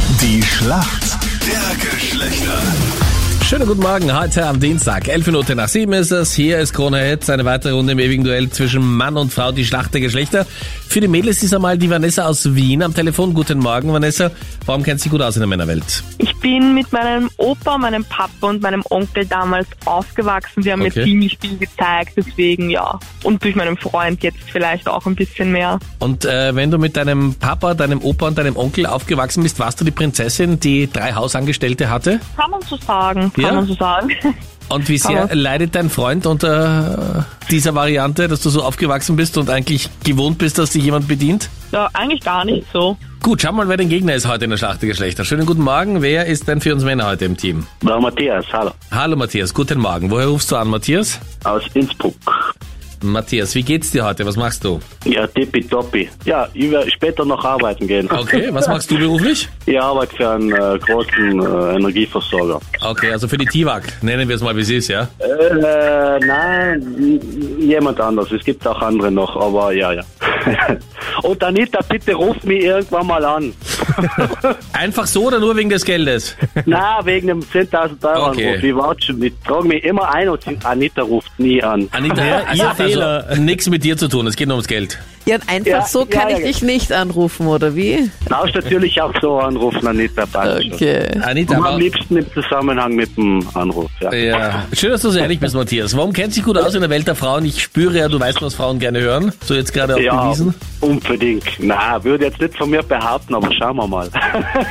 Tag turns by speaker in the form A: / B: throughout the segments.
A: Die Schlacht der Geschlechter.
B: Schönen guten Morgen, heute am Dienstag. 11 Minuten nach 7 ist es. Hier ist Krone Hetz, eine weitere Runde im ewigen Duell zwischen Mann und Frau, die Schlacht der Geschlechter. Für die Mädels ist einmal die Vanessa aus Wien am Telefon. Guten Morgen, Vanessa. Warum kennt sie gut aus in der Männerwelt?
C: Ich bin mit meinem Opa, meinem Papa und meinem Onkel damals aufgewachsen. Sie haben
B: Okay.
C: mir ziemlich viel gezeigt, deswegen ja. Und durch meinen Freund jetzt vielleicht auch ein bisschen mehr.
B: Und äh, wenn du mit deinem Papa, deinem Opa und deinem Onkel aufgewachsen bist, warst du die Prinzessin, die drei Hausangestellte hatte?
C: Kann man so sagen, kann
B: Ja?
C: man so sagen.
B: Und wie sehr
C: Aber-
B: leidet dein Freund unter äh, dieser Variante, dass du so aufgewachsen bist und eigentlich gewohnt bist, dass dich jemand bedient?
C: ja, eigentlich gar nicht so.
B: Gut, schauen wir mal, wer den Gegner ist heute in der Schlacht der Geschlechter. Schönen guten Morgen. Wer ist denn für uns Männer heute im Team?
D: Der Matthias, hallo.
B: Hallo Matthias, guten Morgen. Woher rufst du an, Matthias?
D: Aus Innsbruck.
B: Matthias, wie geht's dir heute? Was machst du?
D: Ja, tippitoppi. Ja, ich werde später noch arbeiten gehen.
B: Okay, was machst du beruflich?
D: Ich arbeite für einen äh, großen äh, Energieversorger.
B: Okay, also für die TIVAG, nennen wir es mal, wie es ist, ja?
D: Äh, nein, n- jemand anders. Es gibt auch andere noch, aber ja, ja. Und Anita, bitte ruf mich irgendwann mal an.
B: Einfach so oder nur wegen des Geldes?
D: Na, wegen dem 10.000 Euro Anruf.
B: Okay.
D: Ich warte schon. Ich trage mich immer ein und Anita ruft nie an.
B: Anita,
E: Ja,
B: es
E: ihr
B: hat also
E: Fehler.
B: nichts mit dir zu tun, es geht nur ums Geld.
E: Ja, und einfach
D: Ja,
E: so
D: ja,
E: kann
D: ja,
E: ich
D: ja.
E: dich nicht anrufen, oder wie?
D: Darfst natürlich auch so anrufen, Anita. passt schon.
E: Okay.
B: Anita,
D: Am
B: aber,
D: liebsten im Zusammenhang mit dem Anruf, ja.
B: ja. schön, dass du so ehrlich bist, Matthias. Warum kennt sich gut aus in der Welt der Frauen? Ich spüre ja, du weißt, was Frauen gerne hören. So jetzt gerade auch bewiesen.
D: unbedingt. Na, würde jetzt nicht von mir behaupten, aber schauen wir mal.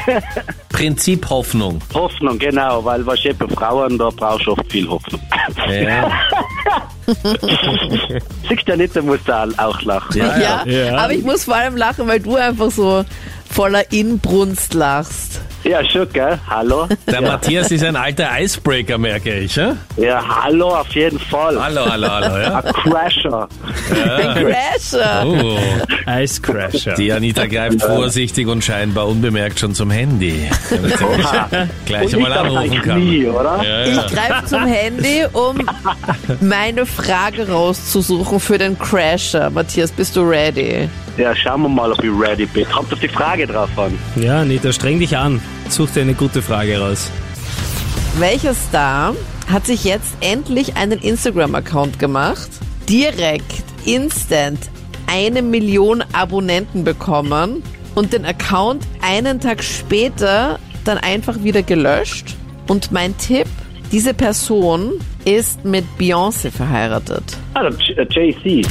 B: Prinzip Hoffnung.
D: Hoffnung, genau, weil was eben Frauen, da brauchst du oft viel Hoffnung.
B: Ja.
D: Siehst du nicht, da musst du auch- auch lachen.
B: Ja, ja.
E: Ja,
A: Ja.
E: aber ich muss vor allem lachen, weil du einfach so voller Inbrunst lachst.
D: Ja, schon, gell? Hallo?
B: Der Matthias ist ein alter Icebreaker, merke ich. Ja?
D: Ja, hallo, auf jeden Fall.
B: Hallo, hallo, hallo. Ja?
D: Ein Crasher.
E: Ein Crasher.
B: Oh.
A: Ice Crasher.
B: Die Anita greift vorsichtig und scheinbar unbemerkt schon zum Handy, damit sie mich gleich
D: Und
B: einmal
D: nicht auf
B: anrufen
D: dein
B: kann.
D: Knie, oder?
B: Ja,
E: Ich
B: ja.
E: greife zum Handy, um meine Frage rauszusuchen für den Crasher. Matthias, bist du ready?
D: Ja, schauen wir mal, ob ich ready bin. Kommt auf die Frage drauf an.
A: Ja, Anita, streng dich an. Such dir eine gute Frage raus.
E: Welcher Star hat sich jetzt endlich einen Instagram-Account gemacht, direkt, instant eine Million Abonnenten bekommen und den Account einen Tag später dann einfach wieder gelöscht? Und mein Tipp, diese Person ist mit Beyoncé verheiratet.
D: Ah, der J- äh, JC.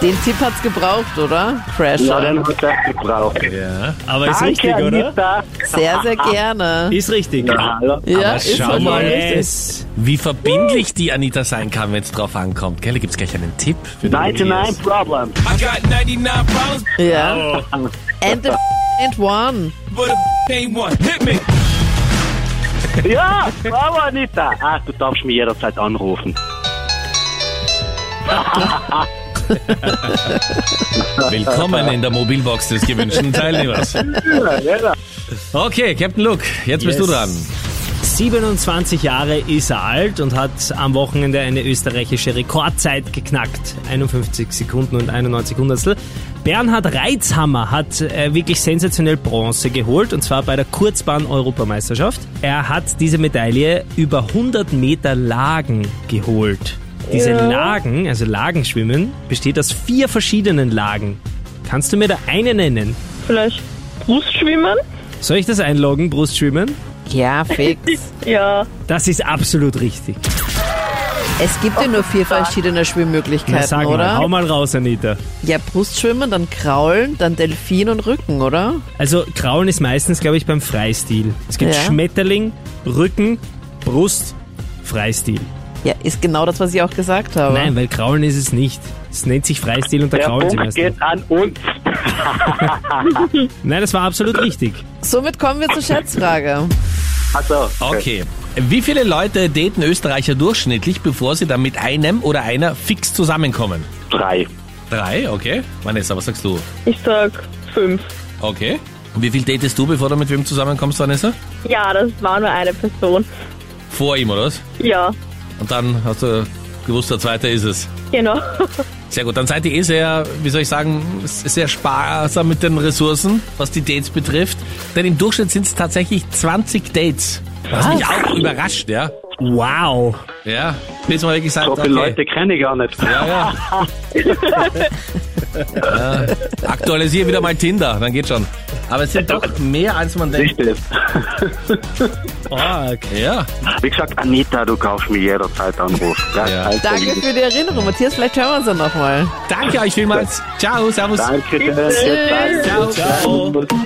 E: Den Tipp hat's gebraucht, oder?
D: Ja,
E: Crasher.
D: den hat er gebraucht.
B: Ja.
A: Aber ist
D: Danke,
A: richtig, oder?
D: Anita.
E: Sehr, sehr gerne.
A: Ist richtig.
D: Ja, hallo.
E: Ja, ist
B: schau
E: so
B: mal.
E: richtig.
A: Yes.
B: Wie verbindlich die Anita sein kann, wenn es drauf ankommt. Gell, da gibt's gleich einen Tipp für den
D: 99 Problems.
B: Elias. I got 99 problems,
E: Ja. And the and one.
B: but a ain't one. Hit me.
D: Ja, bravo Anita. Ah, Ach, du darfst mich jederzeit anrufen.
B: Willkommen in der Mobilbox des gewünschten Teilnehmers. Okay, Captain Luke, jetzt bist
A: Yes.
B: du dran.
A: 27 Jahre ist er alt und hat am Wochenende eine österreichische Rekordzeit geknackt. 51 Sekunden und 91 Hundertstel. Bernhard Reitzhammer hat äh, wirklich sensationell Bronze geholt und zwar bei der Kurzbahn-Europameisterschaft. Er hat diese Medaille über 100 Meter Lagen geholt. Diese Lagen, also Lagenschwimmen, besteht aus vier verschiedenen Lagen. Kannst du mir da eine nennen?
C: Vielleicht Brustschwimmen?
A: Soll ich das einloggen, Brustschwimmen?
E: Ja, fix.
C: Ja.
A: Das ist absolut richtig.
E: Es gibt ja nur vier verschiedene
A: Na,
E: Schwimmmöglichkeiten,
A: sag mal, hau
E: oder?
A: mal raus, Anita.
E: Ja, Brustschwimmen, dann Kraulen, dann Delfin und Rücken, oder?
A: Also, Kraulen ist meistens, glaube ich, beim Freistil. Es gibt
E: Ja.
A: Schmetterling, Rücken, Brust, Freistil.
E: Ja, ist genau das, was ich auch gesagt habe.
A: Nein, weil Kraulen ist es nicht. Es nennt sich Freistil und da
D: Der
A: kraulen sie
D: Punkt
A: meistens.
D: geht an uns.
A: Nein, das war absolut richtig.
E: Somit kommen wir zur Schätzfrage.
D: Also,
B: Okay. Wie viele Leute daten Österreicher durchschnittlich, bevor sie dann mit einem oder einer fix zusammenkommen?
D: drei.
B: Drei, okay. Vanessa, was sagst du?
C: Ich sag fünf.
B: Okay. Und wie viel datest du, bevor du mit wem zusammenkommst, Vanessa?
C: Ja, das war nur eine Person.
B: Vor ihm, oder was?
C: Ja.
B: Und dann hast du gewusst, der zweite ist es.
C: Genau.
B: Sehr gut, dann seid ihr eh sehr, wie soll ich sagen, sehr sparsam mit den Ressourcen, was die Dates betrifft. Denn im Durchschnitt sind es tatsächlich 20 Dates. Was mich auch überrascht, ja.
A: Wow.
B: Ja, jetzt mal wirklich gesagt,
D: So viele Leute kenne ich gar nicht.
B: Ja, ja. ja. Aktualisiere wieder mal Tinder, dann geht schon. Aber es sind doch mehr, als man denkt.
D: Richtig.
A: Org.
B: Ja,
D: Wie gesagt, Anita, du kaufst mir jederzeit Anruf. Ja, also,
B: Ja.
D: kein
E: Danke
D: Problem.
E: für die Erinnerung, Matthias. Vielleicht hören wir sie nochmal.
B: danke euch vielmals. Ciao, servus.
D: Danke schön.
E: Tschüss.
D: Danke.
B: Ciao.
D: Ciao.